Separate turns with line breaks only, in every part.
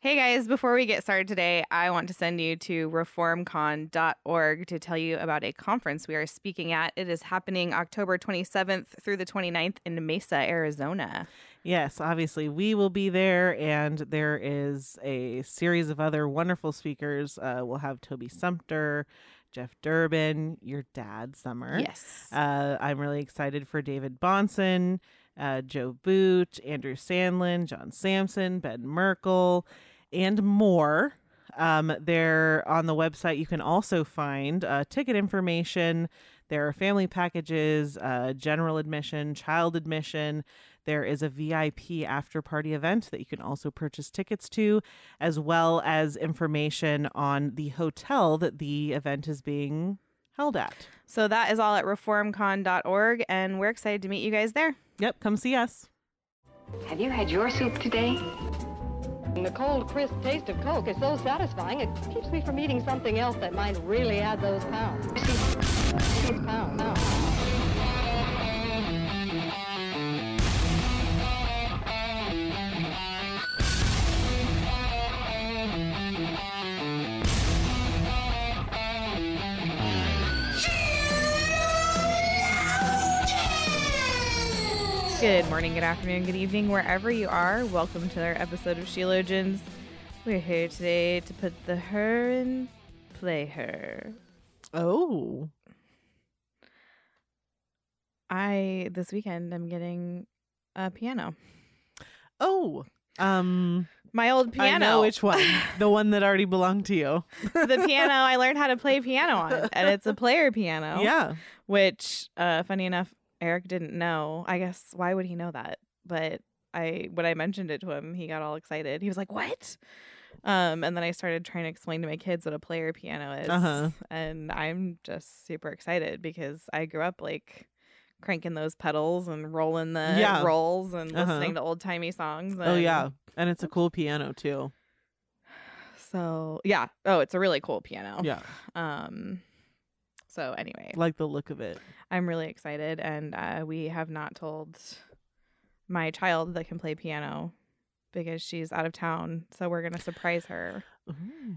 Hey guys, before we get started today, I want to send you to reformcon.org to tell you about a conference we are speaking at. It is happening October 27th through the 29th in Mesa, Arizona.
Yes, obviously, we will be there, and there is a series of other wonderful speakers. Uh, we'll have Toby Sumter, Jeff Durbin, your dad, Summer.
Yes.
Uh, I'm really excited for David Bonson, uh, Joe Boot, Andrew Sandlin, John Sampson, Ben Merkel, and more. Um, there on the website, you can also find uh, ticket information. There are family packages, uh, general admission, child admission. There is a VIP after party event that you can also purchase tickets to, as well as information on the hotel that the event is being held at.
So that is all at reformcon.org, and we're excited to meet you guys there.
Yep, come see us.
Have you had your soup today?
And the cold, crisp taste of Coke is so satisfying, it keeps me from eating something else that might really add those pounds. Pound, pound.
Good morning, good afternoon, good evening, wherever you are. Welcome to our episode of Sheologians. We're here today to put the her in play her.
Oh,
I, this weekend, I'm getting a piano.
oh, um,
My old piano.
I know which one. the one that already belonged to you.
the piano I learned how to play piano on, and it's a player piano.
Yeah,
Which, uh, funny enough, Eric didn't know. I guess why would he know that? But I, when I mentioned it to him, he got all excited. He was like, "What?" Um, and then I started trying to explain to my kids what a player piano is,
Uh-huh.
and I'm just super excited because I grew up like cranking those pedals and rolling the
Yeah.
rolls and
Uh-huh.
listening to old timey songs.
Oh
and-
yeah, and it's a cool piano too.
So yeah. Oh, it's a really cool piano.
Yeah,
Um. So anyway,
like the look of it.
I'm really excited, and uh, we have not told my child that can play piano because she's out of town. So we're gonna surprise her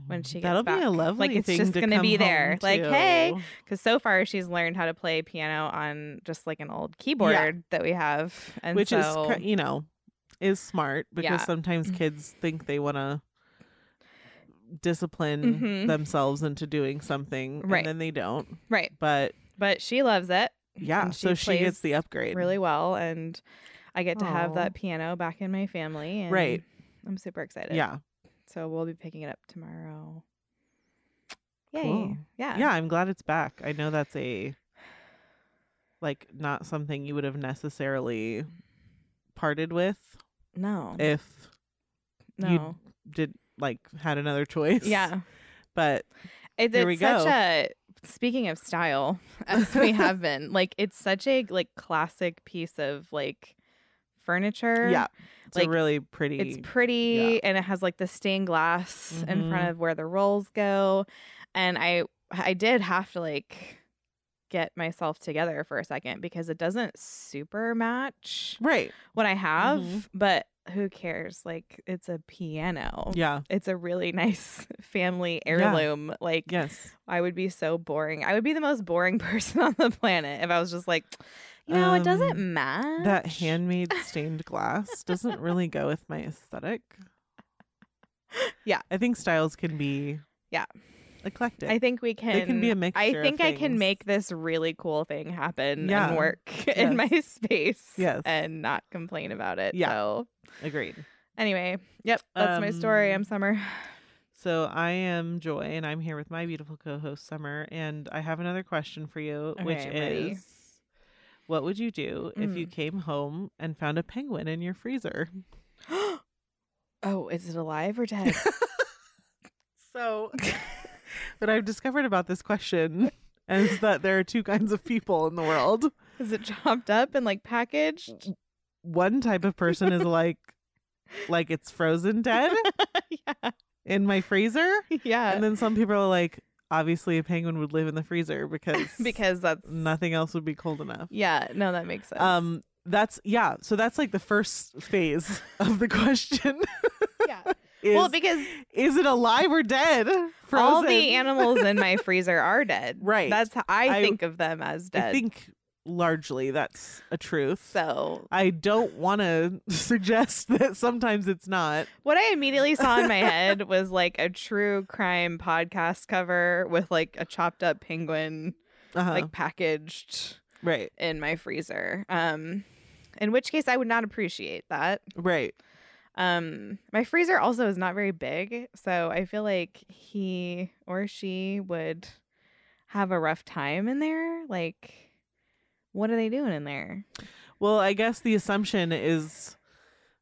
when she gets
that'll be a
back.
lovely
Like, it's
thing
just
to
gonna
come
be
home
there. Like, hey,
to.
because so far she's learned how to play piano on just like an old keyboard that we have, and
which
so
is ki- you know is smart because
Yeah. Mm.
sometimes kids think they want to discipline
Mhm.
themselves into doing something
Right.
and then they don't.
right.
But
But she loves it
yeah,
And she
so she gets
plays
the upgrade.
really well, and I get to have
Aw.
that piano back in my family. And
Right.
I'm super excited.
Yeah.
So we'll be picking it up tomorrow. Yay.
Cool.
Yeah.
Yeah, I'm glad it's back. I know that's a like not something you would have necessarily parted with
No.
if
no.
you did like had another choice.
yeah.
But
It,
Here
it's
we
such
go.
a speaking of style, as we have been, like it's such a like classic piece of like furniture.
yeah, it's
Like,
a really pretty
It's pretty
Yeah.
and it has like the stained glass in front
Mhm.
of where the rolls go. And I I did have to like get myself together for a second because it doesn't super match
right.
what I have,
Mhm.
but who cares? Like it's a piano.
Yeah.
It's a really nice family
Yeah.
heirloom. Like
Yes.
I would be so boring. I would be the most boring person on the planet if I was just like, you know, it doesn't
Um,
match.
That handmade stained glass doesn't really go with my aesthetic.
Yeah.
I think styles can be
Yeah.
eclectic.
I think we can.
can be a mixture
I
of
think I can
things.
make this really cool thing happen
Yeah.
and work in my space.
Yes.
and not complain about it.
Yeah.
So
agreed.
anyway, yep, that's my
Um,
story. I'm Summer.
So I am Joy and I'm here with my beautiful co-host Summer and I have another question for you which
Okay, I'm ready. Mm.
is what would you do if you came home and found a penguin in your freezer?
oh, is it alive or dead?
So what I've discovered about this question is that there are two kinds of people in the world.
is it chopped up and like packaged?
one type of person is like like it's frozen dead
yeah, Uh,
in my freezer
yeah.
and then some people are like obviously a penguin would live in the freezer because
because that's
nothing else would be cold enough
Yeah, no, that makes sense.
um that's yeah so that's like the first phase of the question
yeah.
is
well, because
is it alive or dead? Frozen.
all the animals in my freezer are dead.
Right.
That's how I,
I-
think of them as dead.
I think largely that's a truth.
so.
I don't want to suggest that sometimes it's not.
What I immediately saw in my head was like a true crime podcast cover with like a chopped up penguin,
Uh-huh.
like packaged
right,
in my freezer. Um, in which case, I would not appreciate that.
right.
Um, my freezer also is not very big, so I feel like he or she would have a rough time in there. Like, what are they doing in there?
Well, I guess the assumption is,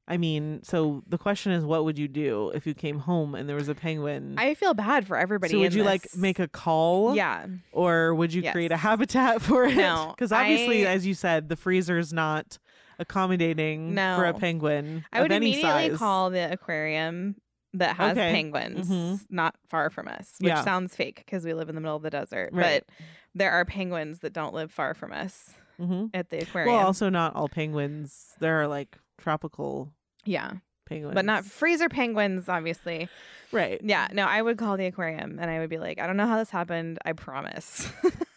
I mean, so the question is, what would you do if you came home and there was a penguin?
I feel bad for everybody.
Mm. so would
in
you like
this.
make a call?
Yeah,
Or would you
Yes.
create a habitat for it?
No,
Because obviously,
I-
as you said, the freezer's not accommodating for a
No.
penguin
I would
of any
immediately
size.
call the aquarium that has
Okay.
penguins
Mhm.
not far from us, which
Yeah.
sounds fake because we live in the middle of the desert.
Right.
But there are penguins that don't live far from us
Mhm.
at the aquarium.
Well, also not all penguins. There are like tropical
yeah,
penguins,
but not freezer penguins, obviously.
right.
Yeah, no, I would call the aquarium and I would be like, I don't know how this happened. I promise.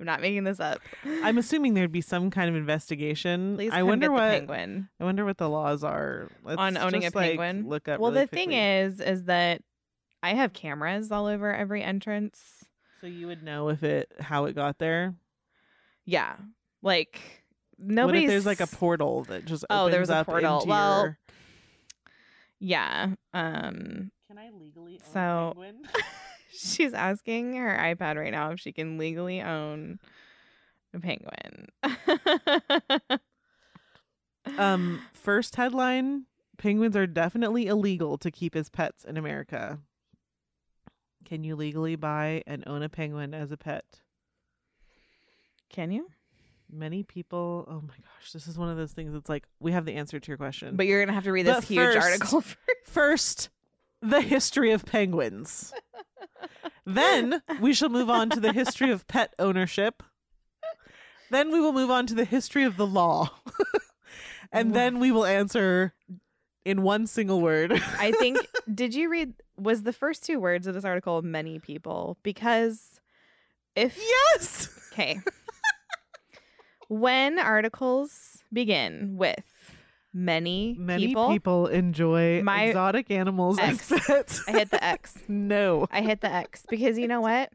I'm not making this up.
I'm assuming there'd be some kind of investigation.
Please
I
come
wonder
get
what
the penguin.
I wonder what the laws are Let's
On owning a
just, like,
penguin?
look up.
Well,
really
the thing
quickly.
is, is that I have cameras all over every entrance.
so you would know if it how it got there.
Yeah, like
What
nobody's.
if there's like a portal that just
Oh,
opens
there was a
up
portal.
into
Well,
your-
yeah. Um,
Can I legally own
so-
a penguin?
she's asking her iPad right now if she can legally own a penguin.
um, first headline: Penguins are definitely illegal to keep as pets in America. Can you legally buy and own a penguin as a pet?
can you?
Many people. Oh my gosh, this is one of those things. It's like we have the answer to your question,
But you're gonna have to read this
But
huge
first-
article first.
First, the history of penguins. then we shall move on to the history of pet ownership. Then we will move on to the history of the law. and then we will answer in one single word.
I think did you read was the first two words of this article many people because if
yes.
okay when articles begin with many,
Many people, enjoy
My
exotic animals as
ex-
pets.
I hit the X
no.
I hit the X because you know what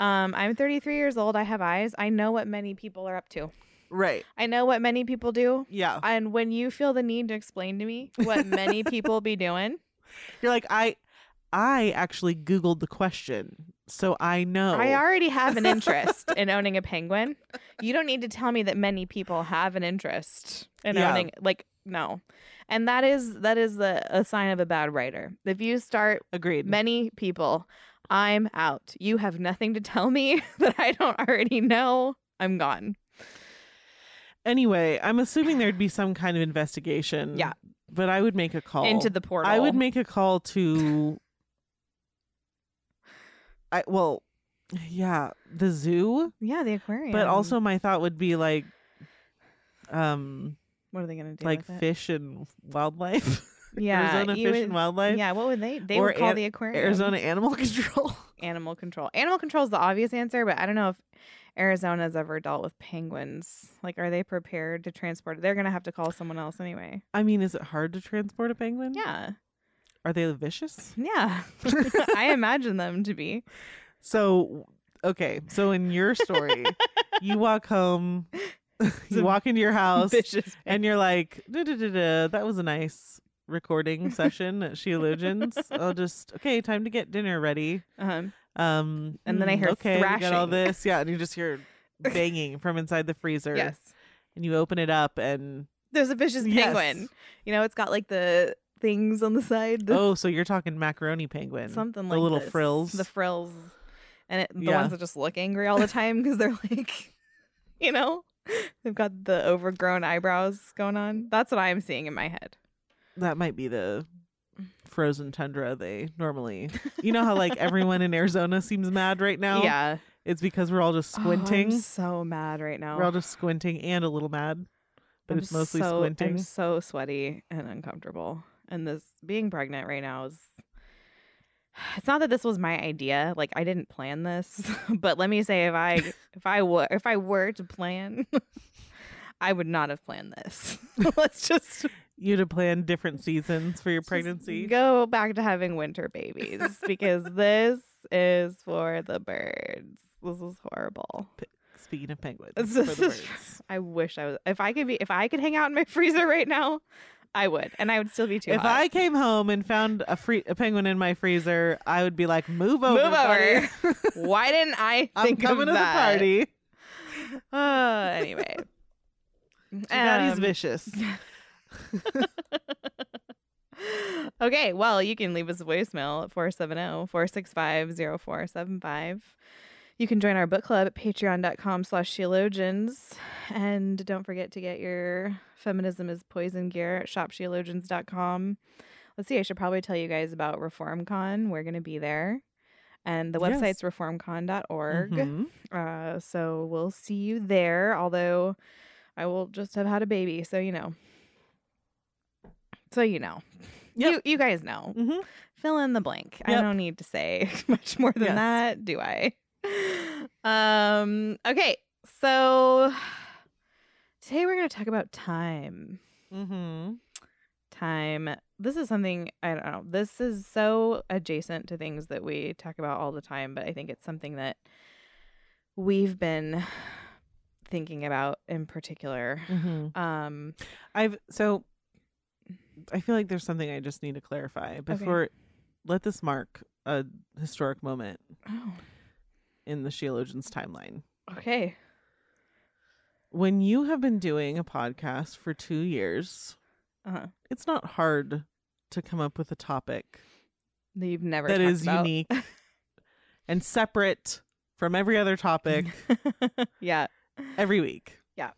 um I'm 33 years old I have eyes I know what many people are up to
Right.
I know what many people do
Yeah.
and when you feel the need to explain to me what many people be doing
You're like I I actually googled the question, so I know.
I already have an interest in owning a penguin. You don't need to tell me that many people have an interest in
Yeah.
owning like no. And that is that is the a sign of a bad writer. If you start
agreed.
many people, I'm out. You have nothing to tell me that I don't already know. I'm gone.
Anyway, I'm assuming there'd be some kind of investigation.
Yeah.
But I would make a call.
Into the portal.
I would make a call to I well, yeah, the zoo,
Yeah, the aquarium.
but also my thought would be like um
what are they gonna do?
like
with it?
fish and wildlife.
Yeah,
Arizona
you
Fish
would-
and Wildlife.
Yeah, what would they they
or
would call
an-
the aquarium
Arizona Animal Control.
animal control. Animal control is the obvious answer, but I don't know if Arizona's ever dealt with penguins. Like, are they prepared to transport? They're gonna have to call someone else anyway.
I mean, is it hard to transport a penguin?
Yeah,
Are they vicious?
yeah. I imagine them to be.
So, okay. So in your story, you walk home, you
a
walk into your house,
Vicious.
and you're like, "Duh, duh, duh, duh, that was a nice recording session at Sheologians. I'll just okay, time to get dinner ready.
Uh-huh.
Um,
And then I
hmm,
hear
okay, we got all
thrashing.
this, yeah, and you just hear banging from inside the freezer,
Yes.
and you open it up, and
There's a vicious
Yes.
penguin. You know, it's got like the things on the side, the,
oh, so you're talking macaroni penguin,
something
Oh, the
like
little
this.
frills,
the frills, and it, the
Yeah.
ones that just look angry all the time because they're like, you know, they've got the overgrown eyebrows going on. That's what I'm seeing in my head.
that might be the
Mm.
frozen tundra they normally you know how like everyone in arizona seems mad right now
Yeah.
it's because we're all just
Oh, I'm
squinting
so mad right now.
we're all just squinting and a little mad but
I'm
it's mostly
so-
squinting
I'm so sweaty and uncomfortable. and this being pregnant right now is it's not that this was my idea like i didn't plan this but let me say if i if i were if i were to plan i would not have planned this let's just
You'd have planned different seasons for your pregnancy.
go back to having winter babies because this is for the birds this is horrible
Speaking of penguins,
This
for the
is-
birds.
i wish i was if i could be if i could hang out in my freezer right now i would and i would still be too
if
hot.
I came home and found a free a penguin in my freezer, I would be like, "Move over,
Move
buddy.
over. Why didn't I
I'm
think of
coming to the
that?
party."
Uh, anyway.
Daddy's
Um,
vicious.
okay, well, you can leave us a voicemail at oh, 470-465-0475. You can join our book club at patreon.com slash theologians. And don't forget to get your feminism is poison gear at shoptheologians.com. Let's see, I should probably tell you guys about ReformCon. We're going to be there. And the
Yes.
website's reformcon.org.
Mhm.
Uh, so we'll see you there. Although I will just have had a baby, so you know. So you know, you
Yep.
you guys know.
Mhm.
Fill in the blank. I
Yep.
don't need to say much more than
Yes.
that, do I? Um. Okay. So today we're going to talk about time
Mhm.
time. This is something I don't know. This is so adjacent to things that we talk about all the time, but I think it's something that we've been thinking about in particular.
Mhm.
Um
I've so I feel like there's something I just need to clarify before let this mark a historic moment
oh,
in the Sheologians timeline.
okay.
When you have been doing a podcast for 2 years,
Uh-huh.
it's not hard to come up with a topic
That you've never
that
talked
is
about.
unique and separate from every other topic
yeah.
every week.
Yeah.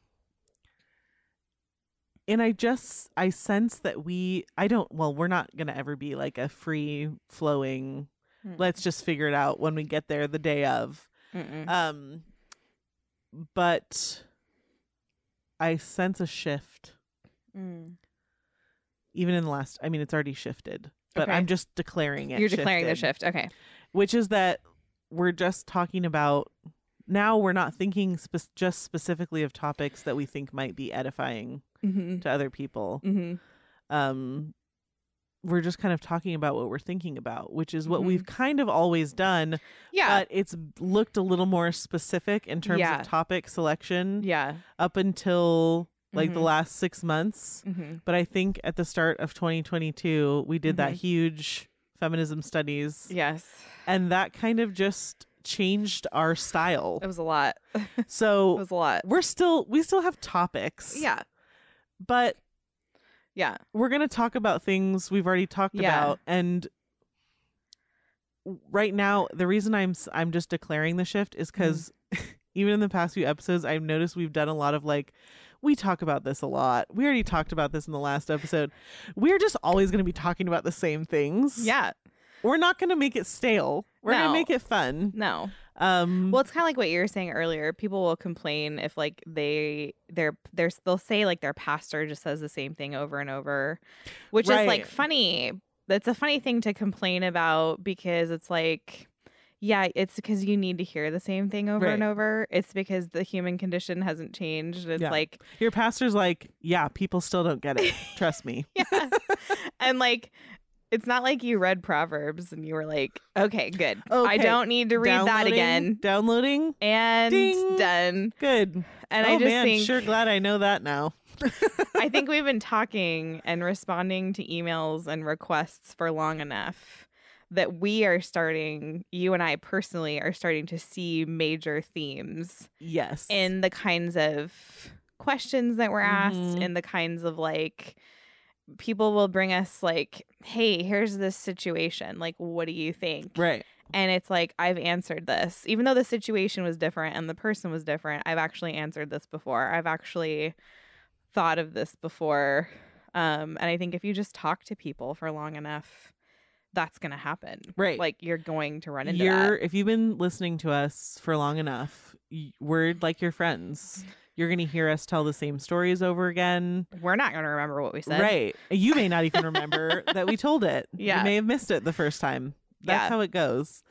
And I just I sense that we I don't well we're not going to ever be like a free flowing
Mm.
let's just figure it out when we get there the day of.
Mm-mm.
Um but I sense a shift
Mm.
even in the last I mean it's already shifted, but
Okay.
I'm just declaring it.
You're declaring the
shifted.
shift. Okay.
which is that we're just talking about now we're not thinking spe- just specifically of topics that we think might be edifying
Mm-hmm.
to other people
Mm-hmm.
um we're just kind of talking about what we're thinking about which is what
Mhm.
we've kind of always done
Yeah.
but it's looked a little more specific in terms
Yeah.
of topic selection
yeah.
up until like the
Mhm.
last 6 months
Mm-hmm.
but i think at the start of 2022 we
Mm-hmm.
did that huge feminism studies
Yes.
and that kind of just changed our style.
It was a lot. it
So
Oh, was a lot.
we're still we still have topics.
Yeah.
But
Yeah.
we're going to talk about things we've already talked
Yeah.
about and right now the reason I'm s- I'm just declaring the shift is
Mm-hmm.
cuz even in the past few episodes I've noticed we've done a lot of like we talk about this a lot. We already talked about this in the last episode. We're just always going to be talking about the same things.
Yeah.
We're not going to make it stale. We're going
No.
to make it fun.
No.
Um
Well, it's kind of like what you were saying earlier. People will complain if like they their their they'll say like their pastor just says the same thing over and over, which is like
Right.
funny. That's a funny thing to complain about because it's like yeah, it's because you need to hear the same thing over and
Right.
over. It's because the human condition hasn't changed. It's
Yeah.
like
Your pastor's like, yeah, people still don't get it. Trust me.
yeah. and like it's not like you read proverbs and you were like, "Okay, good. I
Okay.
don't need to read that
Downloading-
again."
Downloading,
And
Ding.
done.
good.
And
oh
I just
man,
think
sure glad I know that now.
I think we've been talking and responding to emails and requests for long enough that we are starting, you and I personally are starting to see major themes
Yes.
in the kinds of questions that were asked,
Mhm.
in the kinds of like, people will bring us like, hey, here's this situation. Like, what do you think?
right.
and it's like I've answered this, even though the situation was different and the person was different. I've actually answered this before. I've actually thought of this before, um, and I think if you just talk to people for long enough, that's going to happen.
Right.
Like you're going to run into
You're
that.
if you've been listening to us for long enough, y- we're like your friends. You're going to hear us tell the same stories over again.
We're not going to remember what we said.
Right. You may not even remember that we told it.
Yeah.
You may have missed it the first time. That's
Yeah.
how it goes.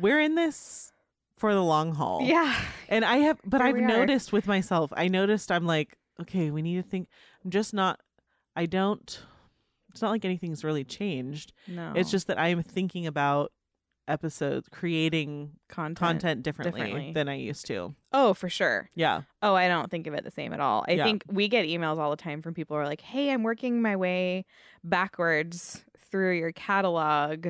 We're in this for the long haul.
Yeah.
And I have, but
Here
I've
we are.
noticed with myself, I noticed I'm like, okay, we need to think. I'm just not, I don't, it's not like anything's really changed.
No.
It's just that I'm thinking about episodes, creating
content.
content differently,
differently.
than I used to.
Oh, for sure.
Yeah.
Oh, I don't think of it the same at all. I
Yeah.
think we get emails all the time from people who are like, "Hey, I'm working my way backwards through your catalog."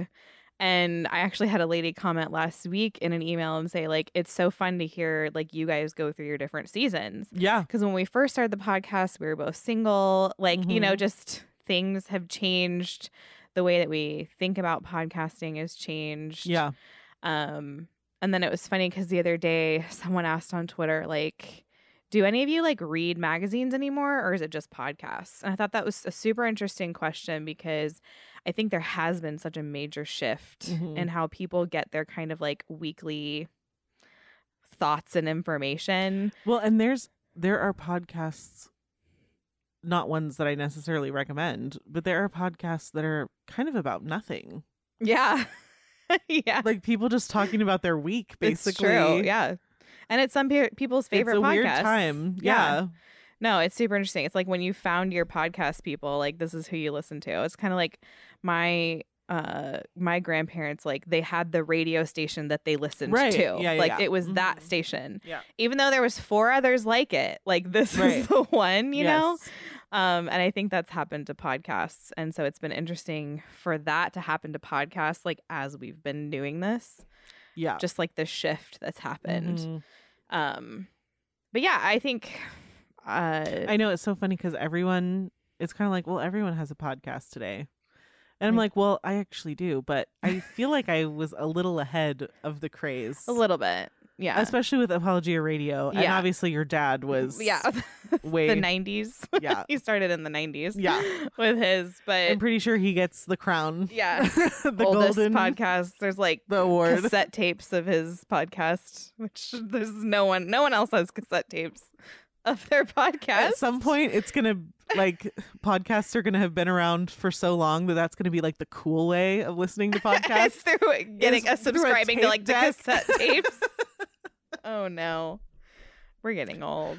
And I actually had a lady comment last week in an email and say like, "It's so fun to hear like you guys go through your different seasons."
Yeah.
Cuz when we first started the podcast, we were both single, like, you know,
Mhm.
just things have changed. The way that we think about podcasting has changed.
Yeah.
Um, and then it was funny because the other day someone asked on Twitter, like, do any of you like read magazines anymore or is it just podcasts? And I thought that was a super interesting question because I think there has been such a major shift
Mhm.
in how people get their kind of like weekly thoughts and information.
Well, and there's, there are podcasts, not ones that I necessarily recommend, but there are podcasts that are kind of about nothing.
Yeah. yeah.
Like people just talking about their week, basically.
It's true. Yeah. And it's some pe- people's favorite
it's a
podcast.
weird time. yeah.
No, it's super interesting. It's like when you found your podcast people, like this is who you listen to. It's kind of like my uh my grandparents like they had the radio station that they listened
Right.
to.
Yeah, yeah,
like
yeah.
it was that
Mhm.
station.
Yeah.
Even though there was four others like it. Like this
Right.
is the one, you know?
Yes.
Um, and I think that's happened to podcasts. And so it's been interesting for that to happen to podcasts, like as we've been doing this,
Yeah.
just like the shift that's happened.
Mhm.
Um, but yeah, I think, uh,
I know it's so funny because everyone, it's kind of like, well, everyone has a podcast today. And I'm like, well, I actually do, but I feel like I was a little ahead of the craze.
a little bit, yeah,
Especially with Apologia Radio. And
Yeah.
obviously your dad was
yeah,
way
the nineties.
Yeah.
he started in the nineties,
Yeah.
with his, but
I'm pretty sure he gets the crown.
Yeah.
the
oldest
golden
podcast. There's like
the award.
cassette tapes of his podcast, which there's no one, no one else has cassette tapes of their podcast.
At some point it's gonna like podcasts are gonna have been around for so long that that's gonna be like the cool way of listening to podcasts.
it's through getting
through a
us subscribing to
tape
like
deck.
the cassette tapes. oh no, we're getting old.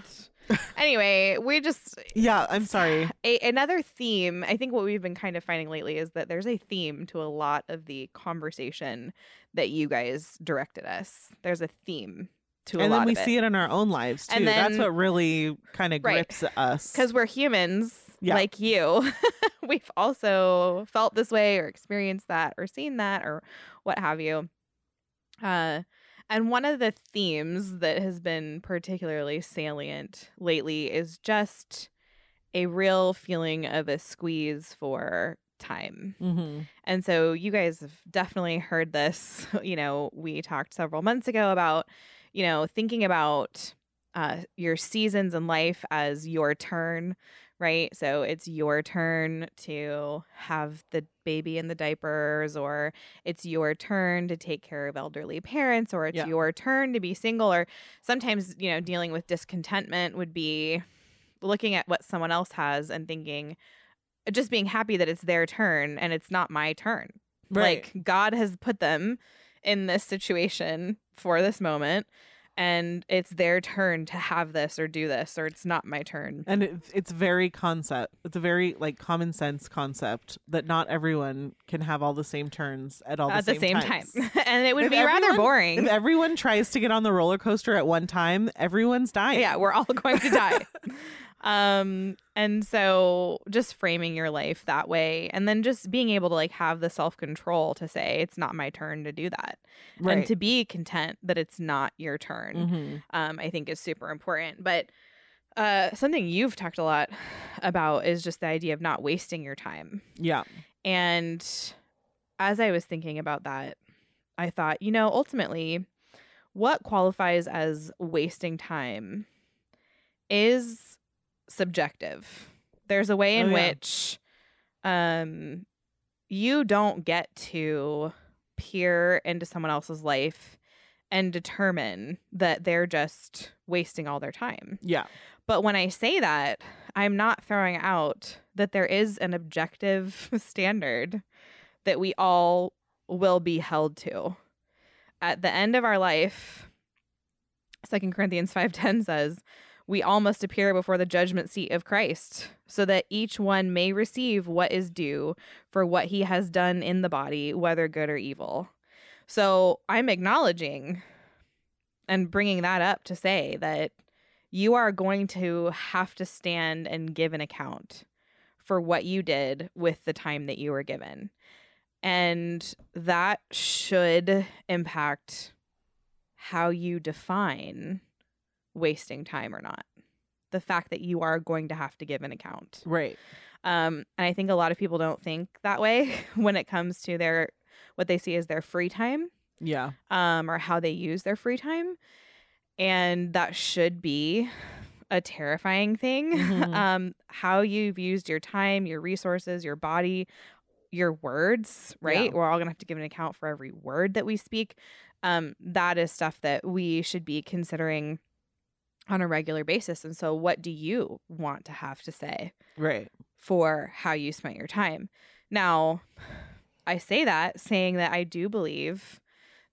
Anyway, we just
yeah, I'm sorry.
a, another theme i think what we've been kind of finding lately is that there's a theme to a lot of the conversation that you guys directed us there's a theme to a
and
lot
then we
of
see it in our own lives too.
And
That's
then-
what really kind of
Right.
grips us.
because we're humans
Yeah.
like you we've also felt this way or experienced that or seen that or what have you uh and one of the themes that has been particularly salient lately is just a real feeling of a squeeze for time
Mhm.
And so you guys have definitely heard this. You know, we talked several months ago about, you know, thinking about uh, your seasons in life as your turn, right? So it's your turn to have the baby in the diapers, or it's your turn to take care of elderly parents, or it's
Yeah.
your turn to be single, or sometimes, you know, dealing with discontentment would be looking at what someone else has and thinking, just being happy that it's their turn and it's not my turn.
Right.
Like God has put them in this situation for this moment and it's their turn to have this or do this or it's not my turn.
and it, it's very concept. It's a very like common sense concept that not everyone can have all the same turns at all
At
the
the same, time.
times.
and it would
If
be rather
everyone-
boring.
If everyone tries to get on the roller coaster at one time, everyone's dying.
Yeah, we're all going to die. um and so just framing your life that way and then just being able to like have the self-control to say it's not my turn to do that
Right.
and to be content that it's not your turn.
Mhm.
um, I think is super important. But uh, something you've talked a lot about is just the idea of not wasting your time.
Yeah.
And as I was thinking about that, I thought, you know, ultimately, what qualifies as wasting time is subjective. There's a way in
Oh, yeah.
which um, you don't get to peer into someone else's life and determine that they're just wasting all their time.
Yeah.
But when I say that, I'm not throwing out that there is an objective standard that we all will be held to. At the end of our life, 2 Corinthians 5:10 says, "We all must appear before the judgment seat of Christ, so that each one may receive what is due for what he has done in the body, whether good or evil." So, I'm acknowledging and bringing that up to say that you are going to have to stand and give an account for what you did with the time that you were given. And that should impact how you define wasting time or not. The fact that you are going to have to give an account.
Right.
Um, and I think a lot of people don't think that way when it comes to their what they see as their free time
Yeah.
um, or how they use their free time. And that should be a terrifying thing.
Mhm.
um, how you've used your time, your resources, your body, your words, right?
Yeah.
We're all going to have to give an account for every word that we speak. Um, that is stuff that we should be considering on a regular basis. And so, what do you want to have to say?
Right.
for how you spent your time. Now, I say that saying that I do believe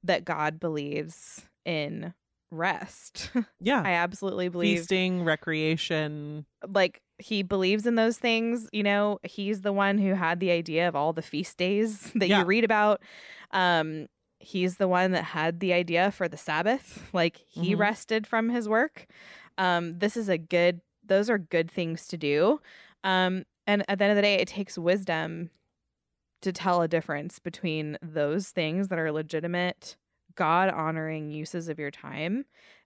that God believes in rest.
Yeah.
I absolutely believe
Feasting, recreation.
like he believes in those things, you know, he's the one who had the idea of all the feast days that
Yeah.
you read about. Um he's the one that had the idea for the Sabbath, like he
Mhm.
rested from his work. Um this is a good those are good things to do. Um and at the end of the day it takes wisdom to tell a difference between those things that are legitimate God honoring uses of your time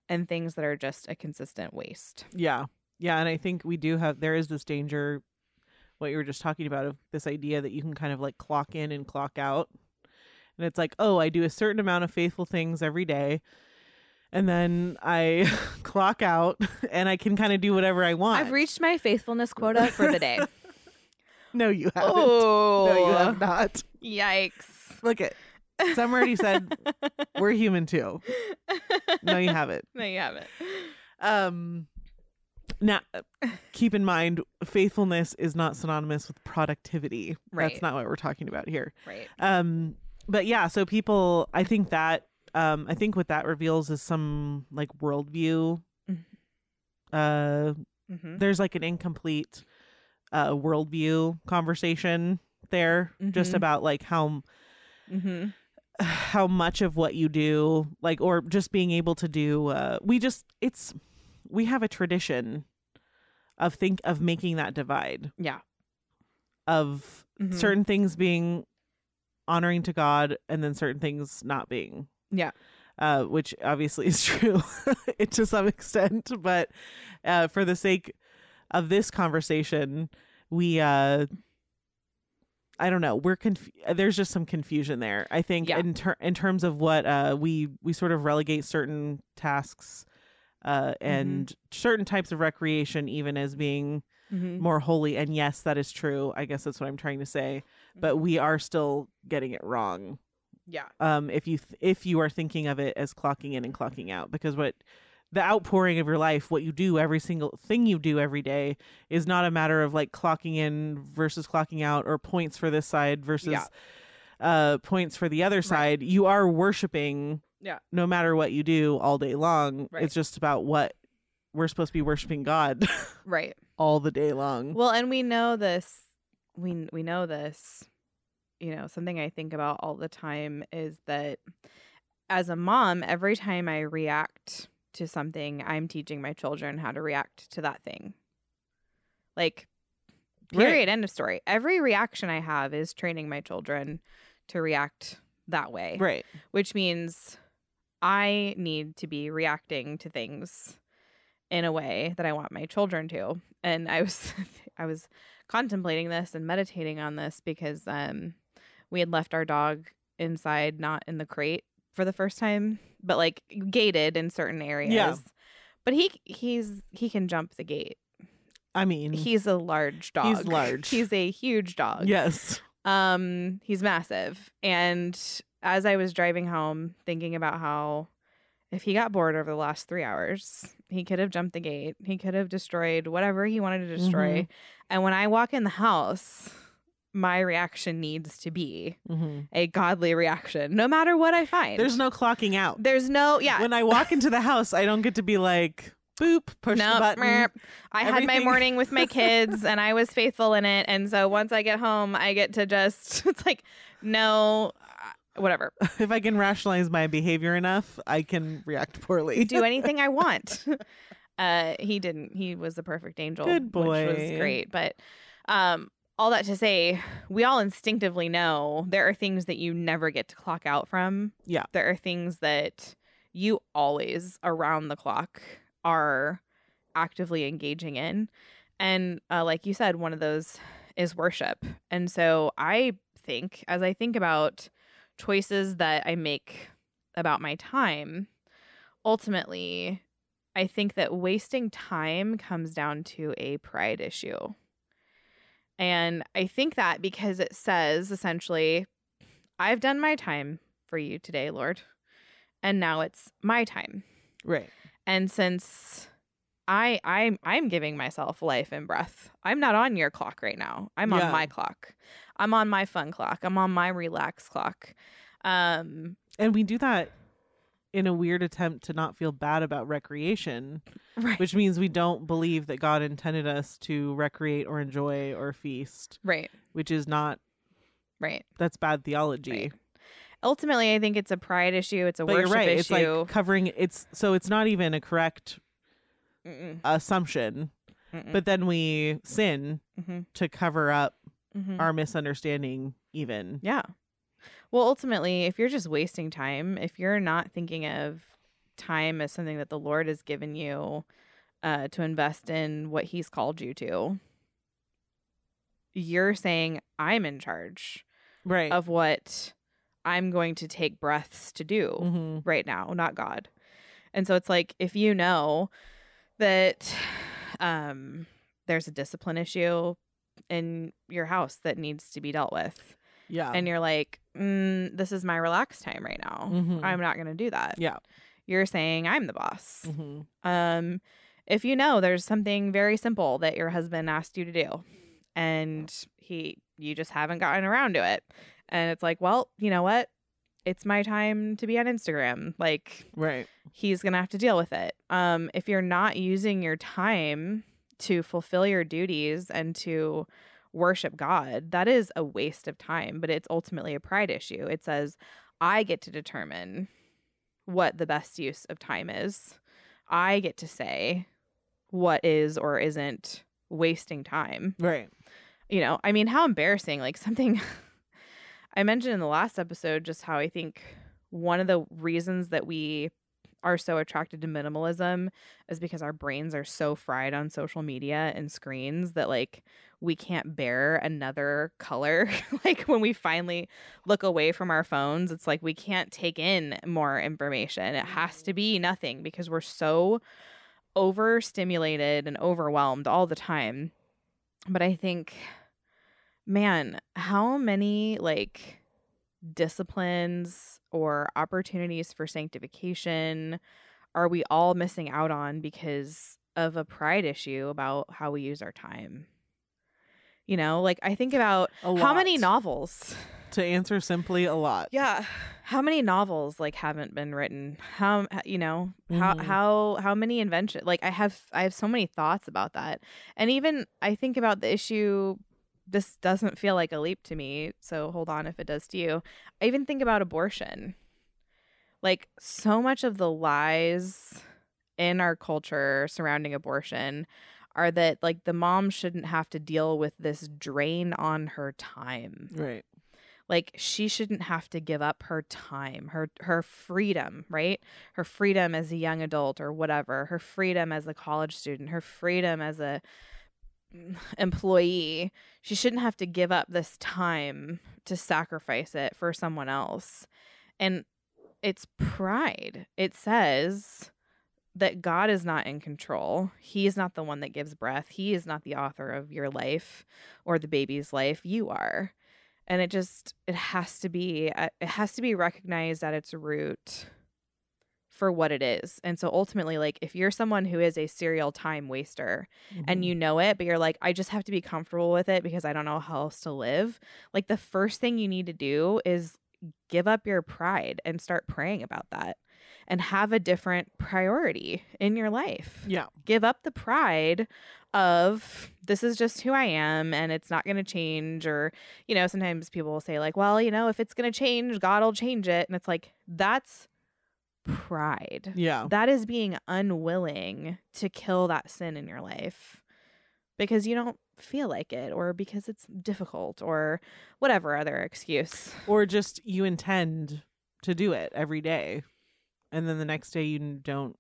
and things that are just a consistent waste.
Yeah. Yeah. And I think we do have, there is this danger, what you were just talking about, of this idea that you can kind of like clock in and clock out. And it's like, oh, I do a certain amount of faithful things every day. And then I clock out and I can kind of do whatever I want.
I've reached my faithfulness quota for the day.
no, you haven't.
oh,
No, you have not.
yikes.
Look at, some already said we're human too. No, you haven't.
No, you haven't.
Um, now, keep in mind, faithfulness is not synonymous with productivity.
Right.
That's not what we're talking about here.
Right.
Um, but yeah, so people, I think that, um, I think what that reveals is some like worldview.
Mhm.
Uh,
Mm-hmm.
there's like an incomplete uh worldview conversation there, just
Mhm.
about like how
Mm-hmm.
how much of what you do like or just being able to do uh we just it's we have a tradition of think of making that divide
Yeah.
of
Mhm.
certain things being honoring to god and then certain things not being
Yeah.
uh which obviously is true to some extent but uh for the sake of this conversation we uh I don't know. We're conf- there's just some confusion there. I think
Yeah.
in ter- in terms of what uh we we sort of relegate certain tasks uh
Mm-hmm.
and certain types of recreation even as being
Mm-hmm.
more holy and yes, that is true. I guess that's what I'm trying to say, but we are still getting it wrong.
Mm-hmm. Yeah.
Um if you th- if you are thinking of it as clocking in and clocking out because what the outpouring of your life, what you do, every single thing you do every day is not a matter of like clocking in versus clocking out or points for this side versus
Yeah.
uh points for the other side. You are worshiping
Yeah.
no matter what you do all day long.
Right.
It's just about what we're supposed to be worshiping God
Right.
all the day long.
Well, and we know this. We we know this. You know, something I think about all the time is that as a mom, every time I react to something, I'm teaching my children how to react to that thing. Like
Right.
period end of story. Every reaction I have is training my children to react that way.
Right.
which means I need to be reacting to things in a way that I want my children to. And I was I was contemplating this and meditating on this because um we had left our dog inside not in the crate for the first time, but like gated in certain areas. But he he's he can jump the gate.
I mean,
He's a large dog.
Mm. large.
he's a huge dog.
yes.
Um, he's massive. And as I was driving home, thinking about how If he got bored over the last three hours, he could have jumped the gate. He could have destroyed whatever he wanted to destroy.
Mm-hmm.
And when I walk in the house, my reaction needs to be
Mhm.
a godly reaction, no matter what I find.
There's no clocking out.
there's no, yeah.
When I walk into the house, I don't get to be like, boop, push
no,
the button.
merp. I had my
Everything-
morning with my kids and I was faithful in it. And so once I get home, I get to just, it's like, no, uh, whatever.
If I can rationalize my behavior enough, I can react poorly.
do anything I want. Uh, he didn't. He was the perfect angel,
Good
which was
boy.
great. But um, all that to say, we all instinctively know there are things that you never get to clock out from.
Yeah.
there are things that you always around the clock are actively engaging in, and uh, like you said, one of those is worship. And so I think, as I think about choices that I make about my time, ultimately, I think that wasting time comes down to a pride issue. And I think that because it says essentially, I've done my time for you today, Lord, and now it's my time.
Right.
And since I I'm I'm giving myself life and breath. I'm not on your clock right now. I'm
Yeah.
on my clock. I'm on my fun clock. I'm on my relax clock. Um
And we do that in a weird attempt to not feel bad about recreation,
right.
which means we don't believe that God intended us to recreate or enjoy or feast,
right.
which is not,
Right.
that's bad theology.
Right. Ultimately, I think it's a pride issue. It's a
But you're
worship
right. It's
issue.
like covering, it's so it's not even a correct
Mm-mm,
assumption.
mm-mm,
But then we sin
mhm,
to cover up
mhm.
our misunderstanding, even.
yeah. Well, ultimately, if you're just wasting time, if you're not thinking of time as something that the Lord has given you uh, to invest in what He's called you to, you're saying, I'm in charge
Right.
of what I'm going to take breaths to do.
hmm
right now, not God. And so it's like if you know that um there's a discipline issue in your house that needs to be dealt with
Yeah.
and you're like, mm, this is my relax time right now.
Mhm.
I'm not going to do that.
Yeah.
You're saying I'm the boss.
hmm
Um, if you know there's something very simple that your husband asked you to do, and he you just haven't gotten around to it, and it's like, well, you know what? It's my time to be on Instagram. Like
Right.
he's gonna have to deal with it. Um, if you're not using your time to fulfill your duties and to worship God, that is a waste of time. But it's ultimately a pride issue. It says, I get to determine what the best use of time is. I get to say what is or isn't wasting time
Right.
you know, I mean, how embarrassing. Like something I mentioned in the last episode, just how I think one of the reasons that we are so attracted to minimalism is because our brains are so fried on social media and screens that like we can't bear another color. like when we finally look away from our phones, it's like we can't take in more information. It has to be nothing because we're so overstimulated and overwhelmed all the time but I think, man, how many like disciplines or opportunities for sanctification are we all missing out on because of a pride issue about how we use our time? You know, like I think about
A
how many
lot.
novels
To answer simply, a lot.
yeah how many novels like haven't been written how you know how
Mhm.
how how many invention like i have i have so many thoughts about that and even i think about the issue this doesn't feel like a leap to me so hold on if it does to you i even think about abortion like so much of the lies in our culture surrounding abortion are that like the mom shouldn't have to deal with this drain on her time
Right.
like she shouldn't have to give up her time her her freedom right her freedom as a young adult or whatever her freedom as a college student her freedom as a employee she shouldn't have to give up this time to sacrifice it for someone else and it's pride it says that god is not in control he is not the one that gives breath he is not the author of your life or the baby's life you are and it just it has to be uh, it has to be recognized at its root for what it is. And so ultimately, like if you're someone who is a serial time waster
Mm-hmm.
and you know it, but you're like, I just have to be comfortable with it because I don't know how else to live, like the first thing you need to do is give up your pride and start praying about that and have a different priority in your life
yeah
give up the pride of this is just who I am and it's not going to change. Or, you know, sometimes people will say, like, well, you know, if it's going to change, God will change it. And it's like, that's pride.
yeah
That is being unwilling to kill that sin in your life because you don't feel like it or because it's difficult or whatever other excuse.
or just you intend to do it every day and then the next day you n- don't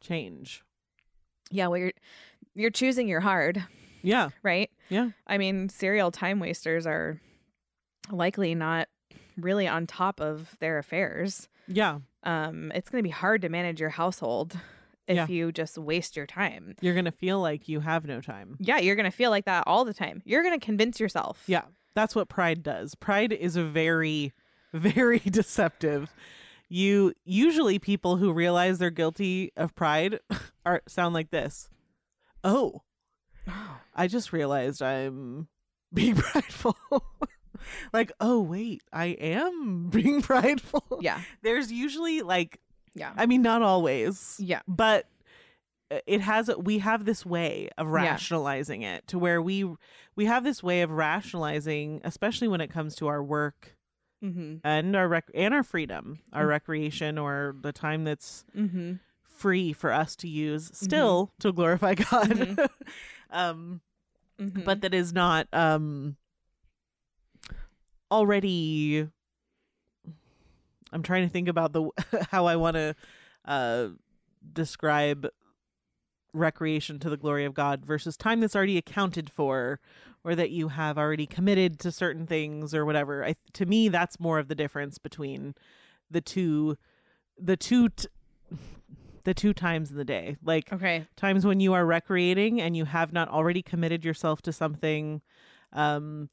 change
Yeah, well, you're you're choosing your hard,
yeah
right?
yeah
I mean, serial time wasters are likely not really on top of their affairs.
yeah
Um, it's going to be hard to manage your household if
Yeah.
you just waste your time.
you're gonna feel like you have no time
Yeah, you're going to feel like that all the time. You're going to convince yourself.
Yeah, that's what pride does. Pride is a very, very deceptive. You usually people who realize they're guilty of pride are sound like this. Oh, I just realized I'm being prideful. like, oh wait, I am being prideful.
Yeah.
There's usually like,
Yeah.
I mean, not always
Yeah.
but uh, it has we have this way of rationalizing it to where we we have this way of rationalizing especially when it comes to our work
Mm-hmm.
and our rec- and our freedom our recreation or the time that's
Mm-hmm.
free for us to use still to glorify god
Mhm.
um
mm-hmm.
but that is not um already i'm trying to think about the how i want to uh describe recreation to the glory of god versus time that's already accounted for or that you have already committed to certain things or whatever i to me that's more of the difference between the two the two t- the two times in the day like
okay.
times when you are recreating and you have not already committed yourself to something um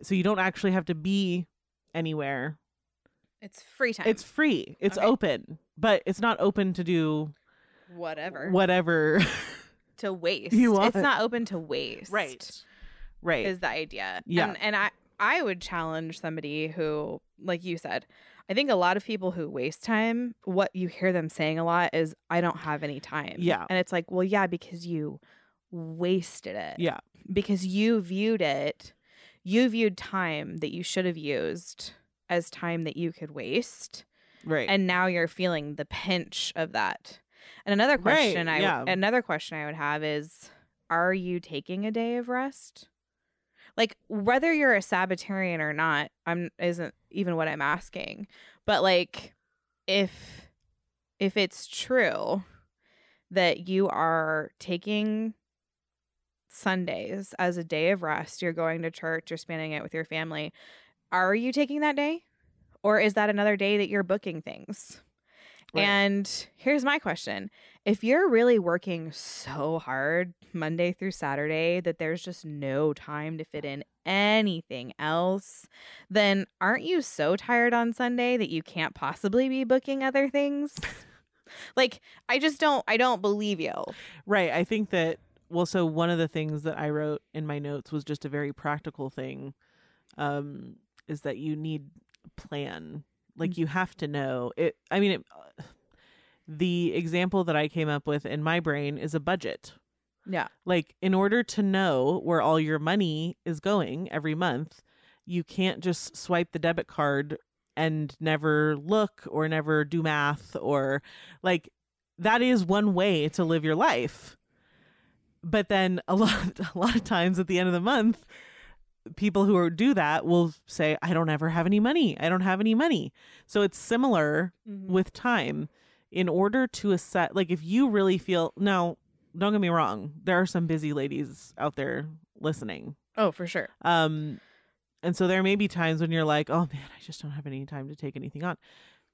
so you don't actually have to be anywhere
It's free time.
it's free it's
Okay.
open but it's not open to do
whatever.
whatever
to waste.
You want.
It's not open to waste.
right
is the idea.
Yeah.
And, and I, I would challenge somebody who, like you said, I think a lot of people who waste time, what you hear them saying a lot is, I don't have any time.
Yeah.
And it's like, well, yeah, because you wasted it.
yeah
Because you viewed it, you viewed time that you should have used as time that you could waste.
right
And now you're feeling the pinch of that. And another question
Right,
I
yeah.
another question I would have is are you taking a day of rest? Like whether you're a Sabbatarian or not, I'm isn't even what I'm asking. But like if if it's true that you are taking Sundays as a day of rest, you're going to church, you're spending it with your family, are you taking that day? Or is that another day that you're booking things?
Right.
And here's my question. If you're really working so hard Monday through Saturday that there's just no time to fit in anything else, then aren't you so tired on Sunday that you can't possibly be booking other things? like I just don't I don't believe you.
right i think that well so one of the things that i wrote in my notes was just a very practical thing um is that you need plan like you have to know it i mean it, uh, the example that i came up with in my brain is a budget
Yeah.
like in order to know where all your money is going every month you can't just swipe the debit card and never look or never do math or like that is one way to live your life but then a lot a lot of times at the end of the month people who are, do that will say i don't ever have any money i don't have any money so it's similar
Mm-hmm.
with time in order to assess like if you really feel now don't get me wrong there are some busy ladies out there listening
Oh, for sure.
um and so there may be times when you're like oh man i just don't have any time to take anything on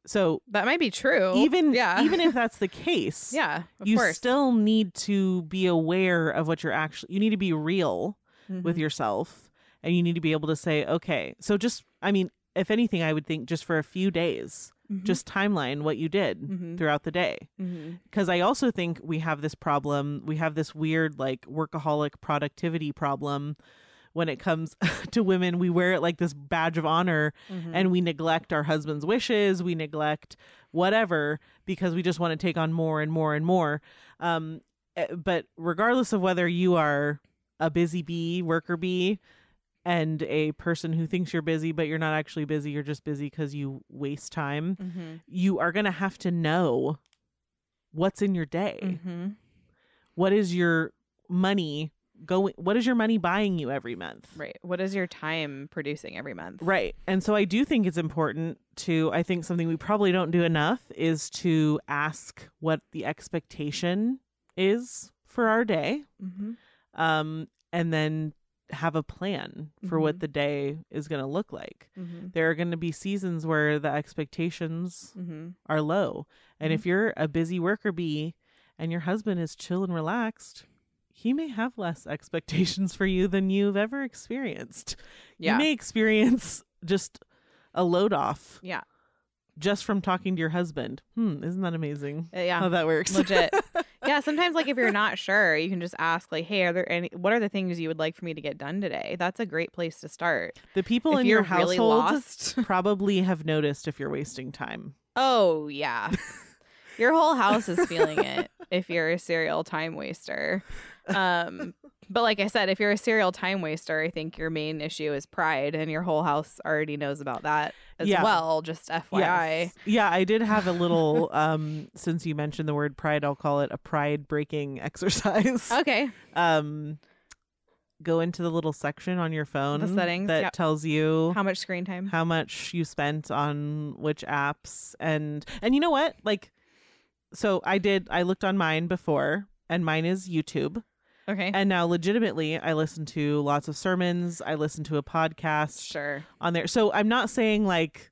so
That might be true.
even
Oh, yeah.
even if that's the case
yeah, of
you
course.
still need to be aware of what you're actually you need to be real
Mm-hmm.
with yourself and you need to be able to say okay so just i mean if anything i would think just for a few days
Mhm.
just timeline what you did
Mhm.
throughout the day.
Mhm.
Because I also think we have this problem. We have this weird, like, workaholic productivity problem when it comes to women. We wear it like this badge of honor and we neglect our husband's wishes. We neglect whatever because we just want to take on more and more and more. Um, eh, but regardless of whether you are a busy bee, worker bee, and a person who thinks you're busy, but you're not actually busy, you're just busy because you waste time
Mhm.
you are going to have to know what's in your day.
Mhm.
What is your money going what is your money buying you every month?
Right. What is your time producing every month?
Right. And so I do think it's important to I think something we probably don't do enough is to ask what the expectation is for our day.
Mm-hmm.
Um and then have a plan for what the day is going to look like.
Mm-hmm.
There are going to be seasons where the expectations
Mm-hmm.
are low. And if you're a busy worker bee and your husband is chill and relaxed, he may have less expectations for you than you've ever experienced.
Yeah.
You may experience just a load off
Yeah.
just from talking to your husband. Hmm, isn't that amazing?
Uh, yeah.
How that works.
legit yeah sometimes like if you're not sure you can just ask like hey are there any what are the things you would like for me to get done today that's a great place to start
the people
If
in your
you're really
household
lost.
probably have noticed if you're wasting time.
oh yeah your whole house is feeling it if you're a serial time waster um but like i said if you're a serial time waster i think your main issue is pride and your whole house already knows about that as
Yeah.
well just fyi
Yes. Yeah, I did have a little um since you mentioned the word pride, I'll call it a pride breaking exercise.
okay
um go into the little section on your phone
settings,
that
yep.
tells you
how much screen time
how much you spent on which apps and and you know what like so i did i looked on mine before and mine is youtube
okay
and now legitimately i listen to lots of sermons i listen to a podcast
sure
on there so i'm not saying like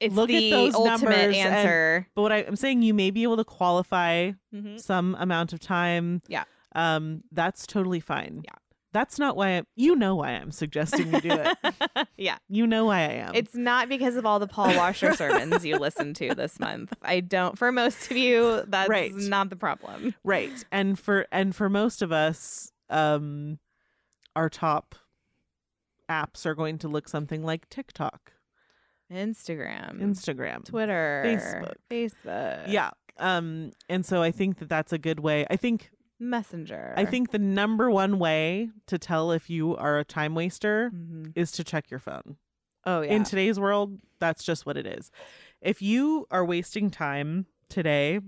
it's
Look at
the
those
ultimate
numbers and-
answer
but what I, i'm saying you may be able to qualify
mm-hmm.
some amount of time.
Yeah.
Um, that's totally fine.
Yeah.
That's not why I, you know why I'm suggesting we do it.
yeah.
You know why I am.
It's not because of all the Paul Washer sermons you listened to this month. I don't for most of you that's
Right.
not the problem.
right. And for and for most of us, um our top apps are going to look something like TikTok,
Instagram,
Instagram,
Hmm. Twitter, Facebook. Facebook.
Yeah. Um and so I think that that's a good way. I think
Messenger.
I think the number one way to tell if you are a time waster
Mhm.
is to check your phone.
Oh yeah.
in today's world that's just what it is if you are wasting time today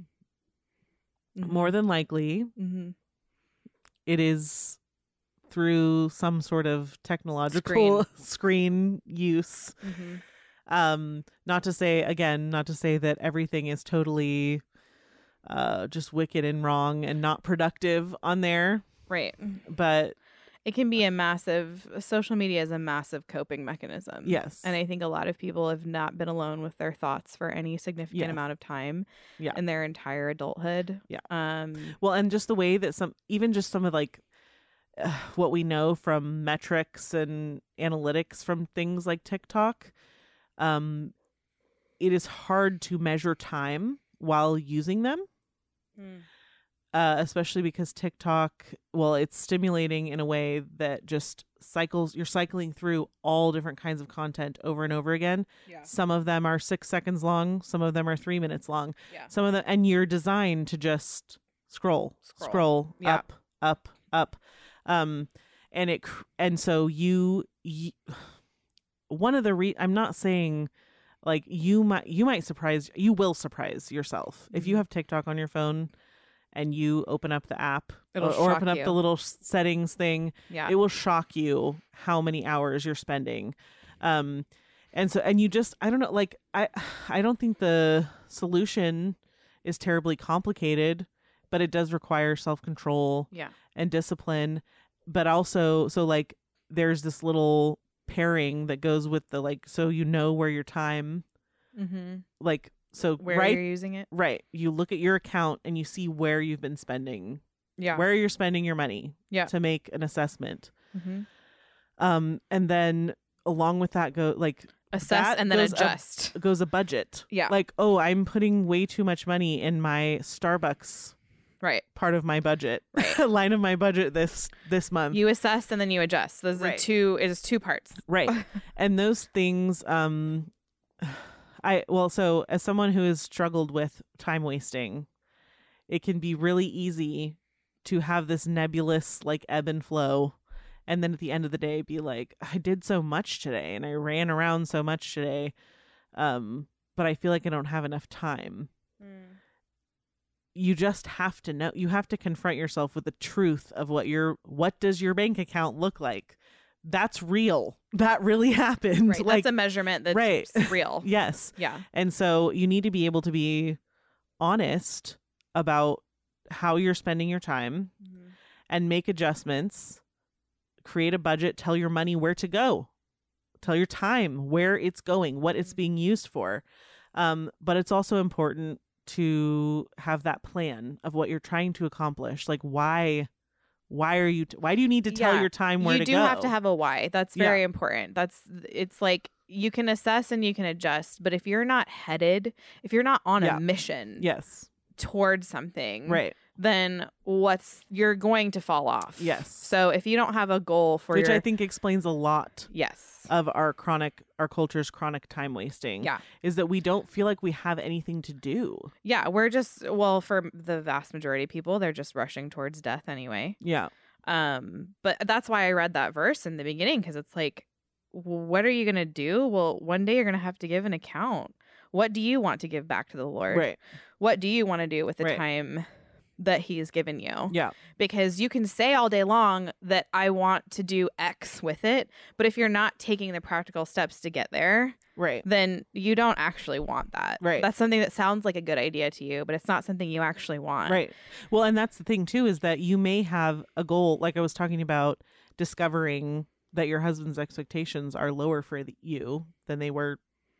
more than likely
mm-hmm.
it is through some sort of technological screen, use
Mm-hmm.
um not to say again not to say that everything is totally uh just wicked and wrong and not productive on there
Right.
but
It can be a massive social media is a massive coping mechanism.
yes
Um, And I think a lot of people have not been alone with their thoughts for any significant
Yes.
amount of time
Yeah.
in their entire adulthood.
Yeah.
Um
Well, and just the way that some, even just some of like uh, what we know from metrics and analytics from things like TikTok, um, it is hard to measure time while using them, uh, especially because TikTok, well, it's stimulating in a way that just cycles, you're cycling through all different kinds of content over and over again.
Yeah.
Some of them are six seconds long, some of them are three minutes long
Yeah.
some of them and you're designed to just scroll
Scroll.
scroll,
Yeah.
up up up um and it cr- and so you, you one of the re i'm not saying like you might you might surprise you will surprise yourself if
Mm-hmm.
you have tiktok on your phone and you open up the app
It'll
or, or
shock
open up
you.
the little s- settings thing
Yeah.
it will shock you how many hours you're spending um and so and you just i don't know like i i don't think the solution is terribly complicated but it does require self-control
yeah.
and discipline but also so like there's this little pairing that goes with the like so you know where your time
Mm-hmm.
like so
Where
right
you're using it.
right you look at your account and you see where you've been spending
Yeah.
where you're spending your money
Yeah.
to make an assessment
mm-hmm.
um and then along with that go like
assess
That
and then
goes up-
adjust.
goes a budget.
Yeah.
Like, oh, I'm putting way too much money in my Starbucks
right.
part of my budget line of my budget this this month.
You assess and then you adjust. Those are
Um, Right.
two. It is two parts.
right. and those things um I well, so as someone who has struggled with time wasting, it can be really easy to have this nebulous like ebb and flow and then at the end of the day be like I did so much today and I ran around so much today um but I feel like I don't have enough time. you just have to know you have to confront yourself with the truth of what your what does your bank account look like that's real that really happened
Right.
like
that's a measurement that's
right.
real.
yes
Yeah.
and so you need to be able to be honest about how you're spending your time and make adjustments create a budget tell your money where to go tell your time where it's going what
Mm-hmm.
it's being used for um, but it's also important to have that plan of what you're trying to accomplish like why why are you why do you need to tell
Yeah.
your time where
you
to
do
go
have to have a why that's
Yeah.
very important that's it's like you can assess and you can adjust but if you're not headed if you're not on
Yeah.
a mission
yes
towards something
right
then what's you're going to fall off
Yes.
so if you don't have a goal for
which
your
i think explains a lot
yes
of our chronic our culture's chronic time wasting
Yeah.
is that we don't feel like we have anything to do
yeah we're just well for the vast majority of people they're just rushing towards death anyway
yeah
um but that's why i read that verse in the beginning because it's like w- what are you going to do well one day you're going to have to give an account what do you want to give back to the lord
right
what do you want to do with the
Right.
time that he's given you
yeah
because you can say all day long that i want to do x with it but if you're not taking the practical steps to get there
right
then you don't actually want that
Right.
that's something that sounds like a good idea to you but it's not something you actually want
right well and that's the thing too is that you may have a goal like i was talking about discovering that your husband's expectations are lower for the, you than they were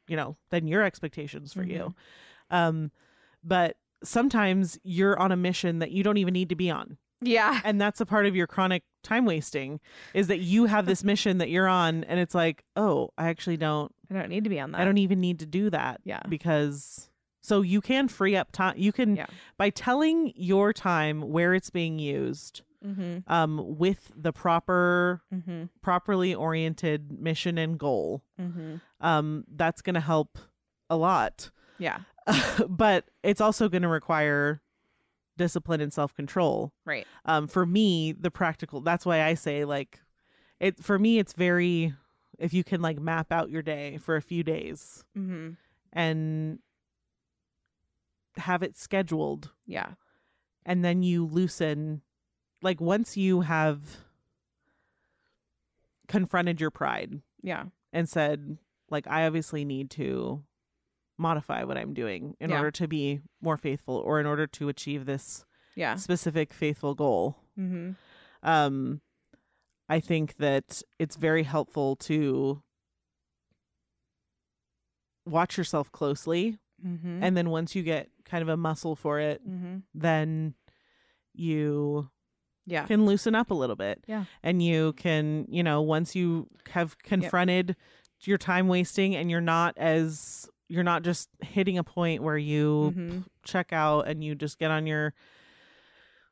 you know than your expectations for you um but sometimes you're on a mission that you don't even need to be on
yeah
and that's a part of your chronic time wasting is that you have this mission that you're on and it's like oh i actually don't
i don't need to be on that
i don't e- even need to do that
Yeah.
because so you can free up time you can
Yeah.
by telling your time where it's being used
mm-hmm.
um with the proper
Mm-hmm.
properly oriented mission and goal
Mm-hmm.
um that's going to help a lot
Yeah.
but it's also going to require discipline and self-control
Right.
um for me the practical that's why i say like it for me it's very if you can like map out your day for a few days
Mm-hmm.
and have it scheduled
Yeah.
and then you loosen like once you have confronted your pride
Yeah.
and said like i obviously need to modify what i'm doing in
Yeah.
order to be more faithful or in order to achieve this
Yeah.
specific faithful goal
Mm-hmm.
um i think that it's very helpful to watch yourself closely
Mm-hmm.
and then once you get kind of a muscle for it
mm-hmm.
then you
Yeah.
can loosen up a little bit
Yeah.
and you can you know once you have confronted your time wasting and you're not as you're not just hitting a point where you
Mhm.
check out and you just get on your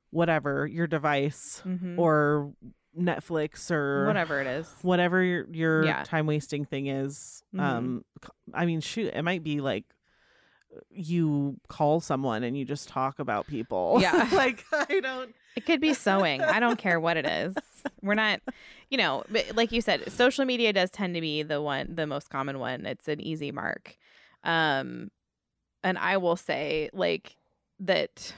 whatever your device
Mm-hmm.
or Netflix or
Whatever it is.
whatever your, your
Yeah.
time wasting thing is.
Mhm.
Um, c- I mean, shoot, it might be like you call someone and you just talk about people.
Yeah.
like I don't.
It could be sewing. I don't care what it is. We're not, you know, but like you said, social media does tend to be the one, the most common one. It's an easy mark. Um, and I will say, like, that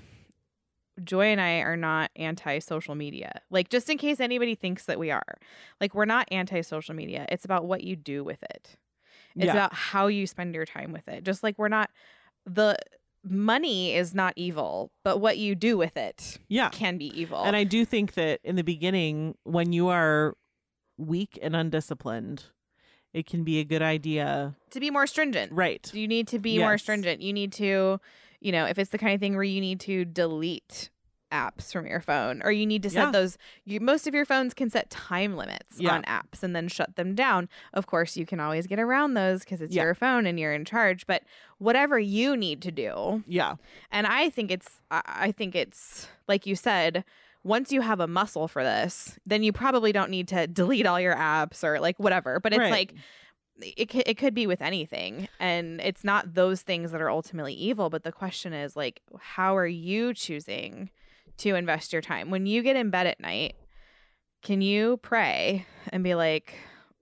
Joy and I are not anti social media. Like, just in case anybody thinks that we are, like, we're not anti social media. It's about what you do with it, it's
yeah.
about how you spend your time with it. Just like we're not, the money is not evil, but what you do with it
yeah.
can be evil.
And I do think that in the beginning, when you are weak and undisciplined, it can be a good idea.
to be more stringent,
Right.
you need to be more
Yes.
stringent. You need to, you know, if it's the kind of thing where you need to delete apps from your phone or you need to set
Yeah.
those you most of your phones can set time limits
Yeah.
on apps and then shut them down of course you can always get around those because it's
Yeah.
your phone and you're in charge but whatever you need to do
Yeah.
and i think it's i I think it's like you said once you have a muscle for this then you probably don't need to delete all your apps or like whatever but it's
Right.
like it, c- it could be with anything and it's not those things that are ultimately evil but the question is like how are you choosing to invest your time when you get in bed at night can you pray and be like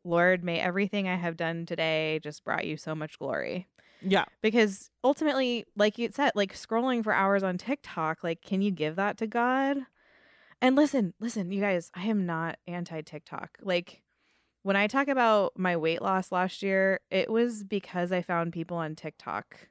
lord may everything i have done today just brought you so much glory
Yeah.
because ultimately like you said like scrolling for hours on tiktok like can you give that to god and listen listen you guys i am not anti tiktok like when i talk about my weight loss last year it was because i found people on tiktok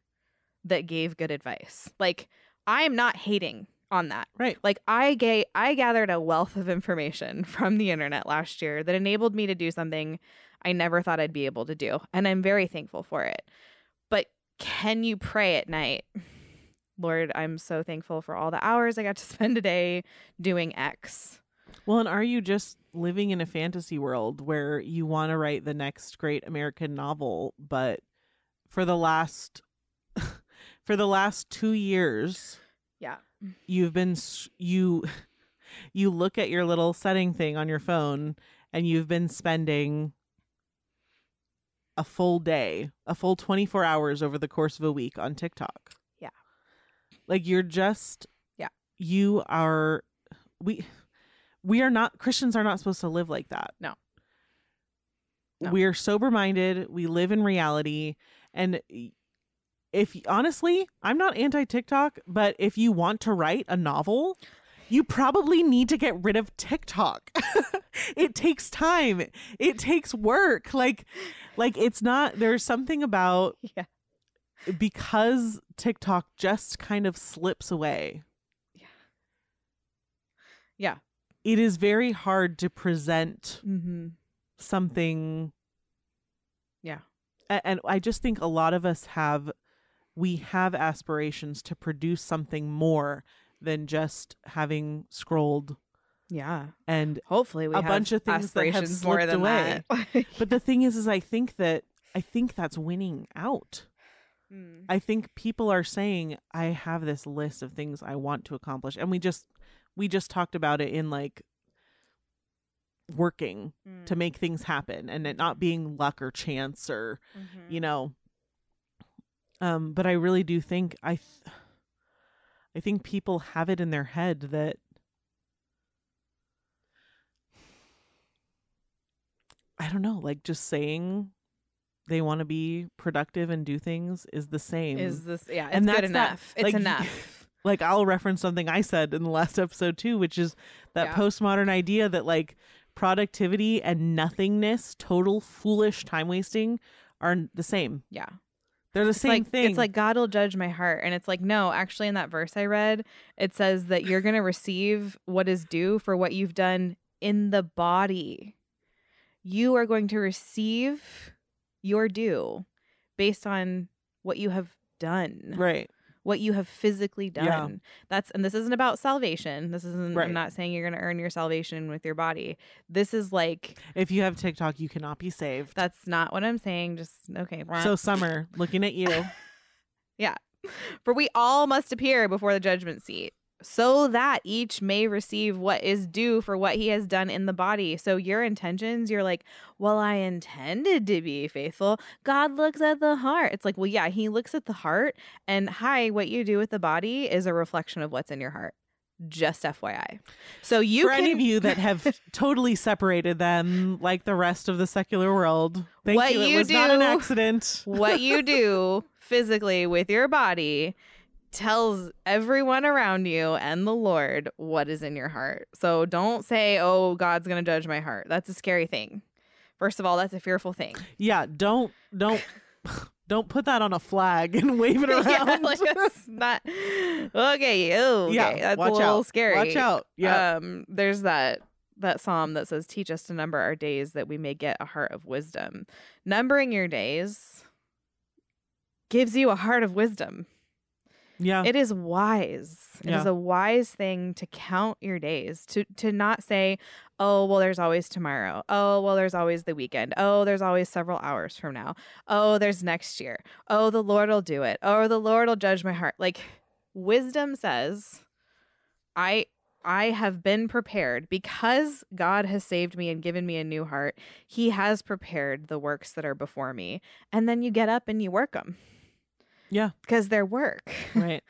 that gave good advice like i am not hating on that
Right.
like I ga- I gathered a wealth of information from the internet last year that enabled me to do something I never thought I'd be able to do, and I'm very thankful for it. But can you pray at night? Lord, I'm so thankful for all the hours I got to spend today doing X.
Well, and are you just living in a fantasy world where you want to write the next great American novel, but for the last for the last 2 years
Yeah.
you've been s- you you look at your little setting thing on your phone and you've been spending a full day, a full 24 hours over the course of a week on TikTok.
Yeah.
Like you're just
Yeah.
You are we we are not Christians are not supposed to live like that.
No. No.
We're sober minded, we live in reality and if honestly, I'm not anti TikTok, but if you want to write a novel, you probably need to get rid of TikTok. it takes time. It takes work. Like like it's not there's something about
Yeah.
because TikTok just kind of slips away.
Yeah. Yeah.
It is very hard to present
Mm-hmm.
something
Yeah.
A- and i just think a lot of us have we have aspirations to produce something more than just having scrolled
Yeah.
and
Hopefully we
A
have
bunch of things that have
aspirations more
slipped
than
away.
that.
but the thing is is i think that i think that's winning out
Mm.
i think people are saying i have this list of things i want to accomplish and we just we just talked about it in like working
mm.
to
Mm-hmm.
make things happen and it not being luck or chance or
Mhm.
you know um but i really do think i th- i think people have it in their head that i don't know like just saying they want to be productive and do things is the same
is this yeah, it's
And
good
that's that-
enough. It's
like, y-
enough.
like i'll reference something i said in the last episode too which is that
Yeah.
postmodern idea that like productivity and nothingness total foolish time wasting are n- the same
yeah.
they're the
It's
same
like,
thing
It's like God will judge my heart, and it's like no, actually, in that verse I read, it says that you're going to receive what is due for what you've done in the body. You are going to receive your due based on what you have done,
right
what you have physically
Yeah.
done. That's and this isn't about salvation. This isn't.
Right.
I'm not saying you're going to earn your salvation with your body. This is like
If you have TikTok, you cannot be saved.
that's not what I'm saying. Just okay.
so summer, looking at you.
For we all must appear before the judgment seat, so that each may receive what is due for what he has done in the body. So your intentions, you're like, well, I intended to be faithful. God looks at the heart. It's like, well, yeah, he looks at the heart. And hi, what you do with the body is a reflection of what's in your heart. Just FYI. So you
For
can
any of you that have totally separated them, like the rest of the secular world, thank
What
you. It
you
was not an
do-
accident.
what you do physically with your body tells everyone around you and the Lord what is in your heart. So don't say, "Oh, God's going to judge my heart." That's a scary thing. First of all, that's a fearful thing.
Yeah, don't don't don't put that on a flag and wave it around.
yeah, like that's not okay. Okay,
Yeah,
that's
watch
a little
out.
scary.
Watch out. Yeah.
Um, there's that that psalm that says, "Teach us to number our days, that we may get a heart of wisdom." Numbering your days gives you a heart of wisdom.
Yeah.
it is wise It is
Yeah.
a wise thing to count your days to to not say oh well there's always tomorrow oh well there's always the weekend oh there's always several hours from now oh there's next year oh the lord will do it oh the lord will judge my heart like wisdom says i i have been prepared because god has saved me and given me a new heart he has prepared the works that are before me and then you get up and you work them
Yeah.
because they're work
right.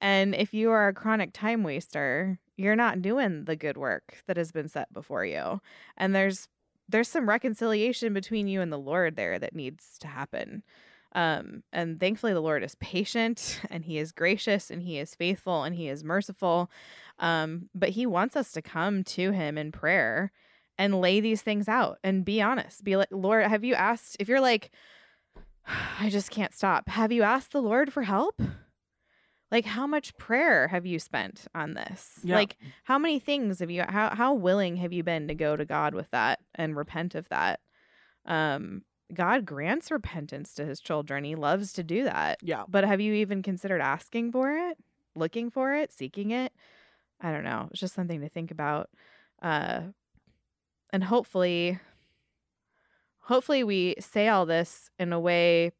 and if you are a chronic time waster, you're not doing the good work that has been set before you. And there's there's some reconciliation between you and the Lord there that needs to happen. Um, and thankfully, the Lord is patient and He is gracious and He is faithful and He is merciful. Um, but He wants us to come to Him in prayer and lay these things out and be honest. Be like, Lord, have you asked? If you're like, I just can't stop, have you asked the Lord for help? Like, how much prayer have you spent on this?
Yeah.
Like, how many things have you how how willing have you been to go to God with that and repent of that? Um God grants repentance to his children. He loves to do that.
Yeah.
But have you even considered asking for it? Looking for it, seeking it? I don't know. It's just something to think about. Uh and hopefully hopefully we say all this in a way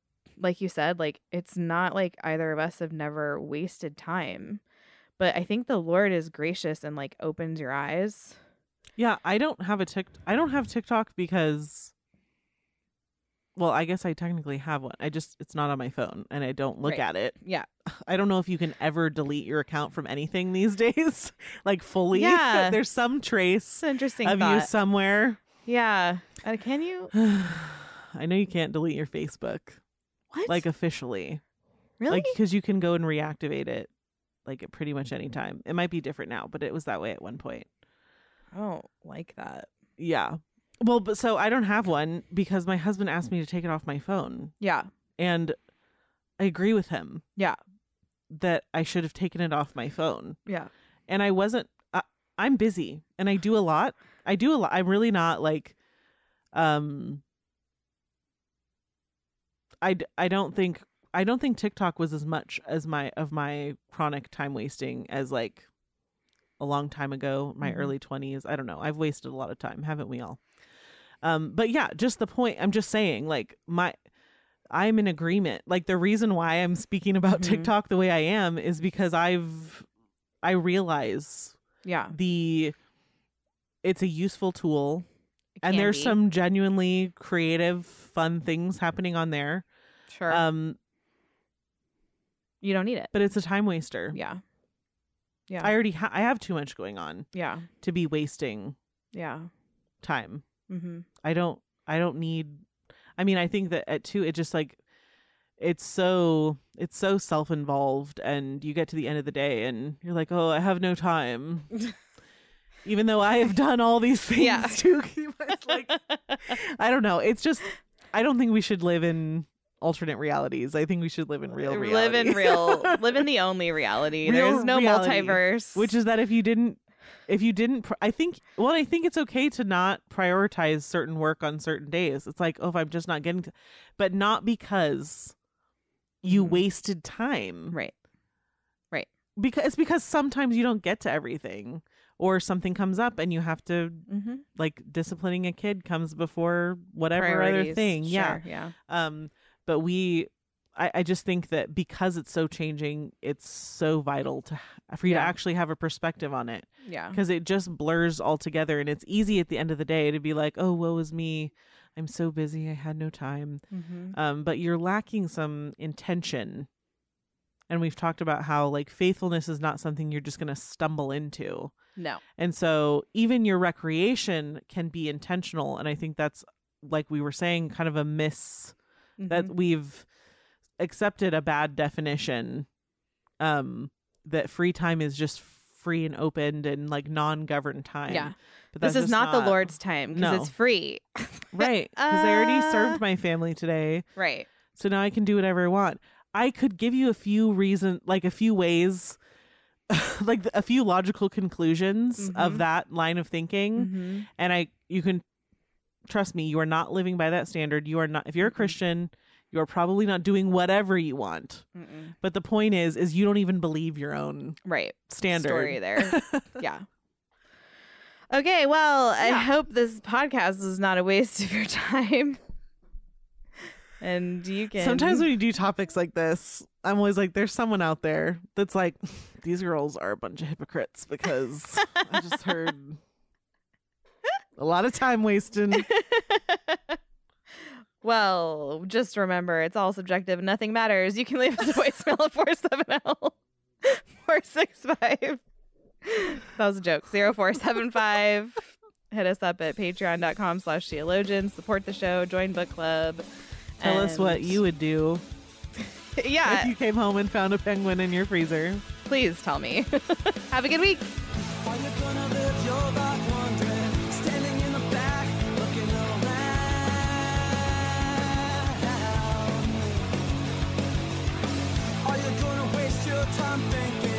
like you said, like it's not like either of us have never wasted time. But I think the Lord is gracious and like opens your eyes.
Yeah, I don't have a tick. I don't have TikTok because, well, I guess I technically have one. I just it's not on my phone, and I don't look
Right.
at it.
Yeah.
I don't know if you can ever delete your account from anything these days, like fully.
Yeah.
there's some
It's
trace
an interesting
of you
thought.
somewhere.
yeah. Uh, can you
I know you can't delete your Facebook,
what?
like officially,
really?
like because you can go and reactivate it, like at pretty much any time. It might be different now, but it was that way at one point.
I don't like that.
Yeah. Well, but so I don't have one because my husband asked me to take it off my phone.
Yeah.
And I agree with him.
Yeah.
That I should have taken it off my phone.
Yeah.
And I wasn't, I, I'm busy and I do a lot. I do a lot. I'm really not like, um, I, d- I don't think, I don't think TikTok was as much as my, of my chronic time wasting as like a long time ago, my
Mhm.
early 20s. I don't know. I've wasted a lot of time, haven't we all? Um, but yeah, just the point. I'm just saying, like my, I'm in agreement. Like the reason why I'm speaking about
Mhm.
TikTok the way I am is because I've, I realize
Yeah.
the, it's a useful tool,
It
and
can
there's
be.
some genuinely creative, fun things happening on there.
sure.
Um,
you don't need it.
but it's a time waster.
Yeah. Yeah.
I already ha- I have too much going on
yeah.
to be wasting
Yeah.
time.
Mm-hmm.
I don't I don't need I mean I think that at 2 it just like it's so it's so self-involved and you get to the end of the day and you're like, "Oh, I have no time." Even though I have done all these things
Yeah.
to keep it's like
mm-hmm.
I don't know. It's just I don't think we should live in alternate realities. I think we should live in real reality.
live in real live in the only reality.
Real
There's no
reality,
multiverse.
which is that if you didn't if you didn't pr- i think well i think it's okay to not prioritize certain work on certain days it's like oh if i'm just not getting to, but not because you
Mhm.
wasted time
right.
because it's because sometimes you don't get to everything or something comes up and you have to
Mm-hmm.
like disciplining a kid comes before whatever other thing yeah
Yeah.
um but we I, I just think that because it's so changing it's so vital to for you
Yeah.
to actually have a perspective on it
Yeah.
because it just blurs all together and it's easy at the end of the day to be like oh woe is me i'm so busy i had no time
Mm-hmm.
um, but you're lacking some intention and we've talked about how like faithfulness is not something you're just going to stumble into
No.
and so even your recreation can be intentional and i think that's like we were saying kind of a miss that
Mhm.
we've accepted a bad definition um that free time is just free and opened and like non-governed time
Yeah.
but
this
that's
is
just
not, the Lord's time because it's
No.
free.
right because i already
Uh.
served my family today
Right.
so now i can do whatever i want i could give you a few reason like a few ways like a few logical conclusions
Mhm.
of that line of thinking
Mm-hmm.
and i you can trust me you are not living by that standard you are not if you're a
Mm-mm.
christian you're probably not doing whatever you want.
Mm-mm.
But the point is, is you don't even believe your own
Right.
standard.
story there. yeah. Okay, well, I hope this podcast was not a waste of your time. And you can
Sometimes when you do topics like this, I'm always like, there's someone out there that's like, these girls are a bunch of hypocrites because I just heard a lot of time wasting.
Well, just remember it's all subjective, nothing matters. You can leave us a voicemail at oh, 470 465. That was a joke. 0475. Hit us up at patreon.com slash theologians. Support the show. Join book club.
Tell us what
and-
you would do
Yeah,
if you came home and found a penguin in your freezer.
please tell me. Have a good week.
Are you gonna live your life wondering? Standing in the back, looking around. Are you gonna waste your time thinking?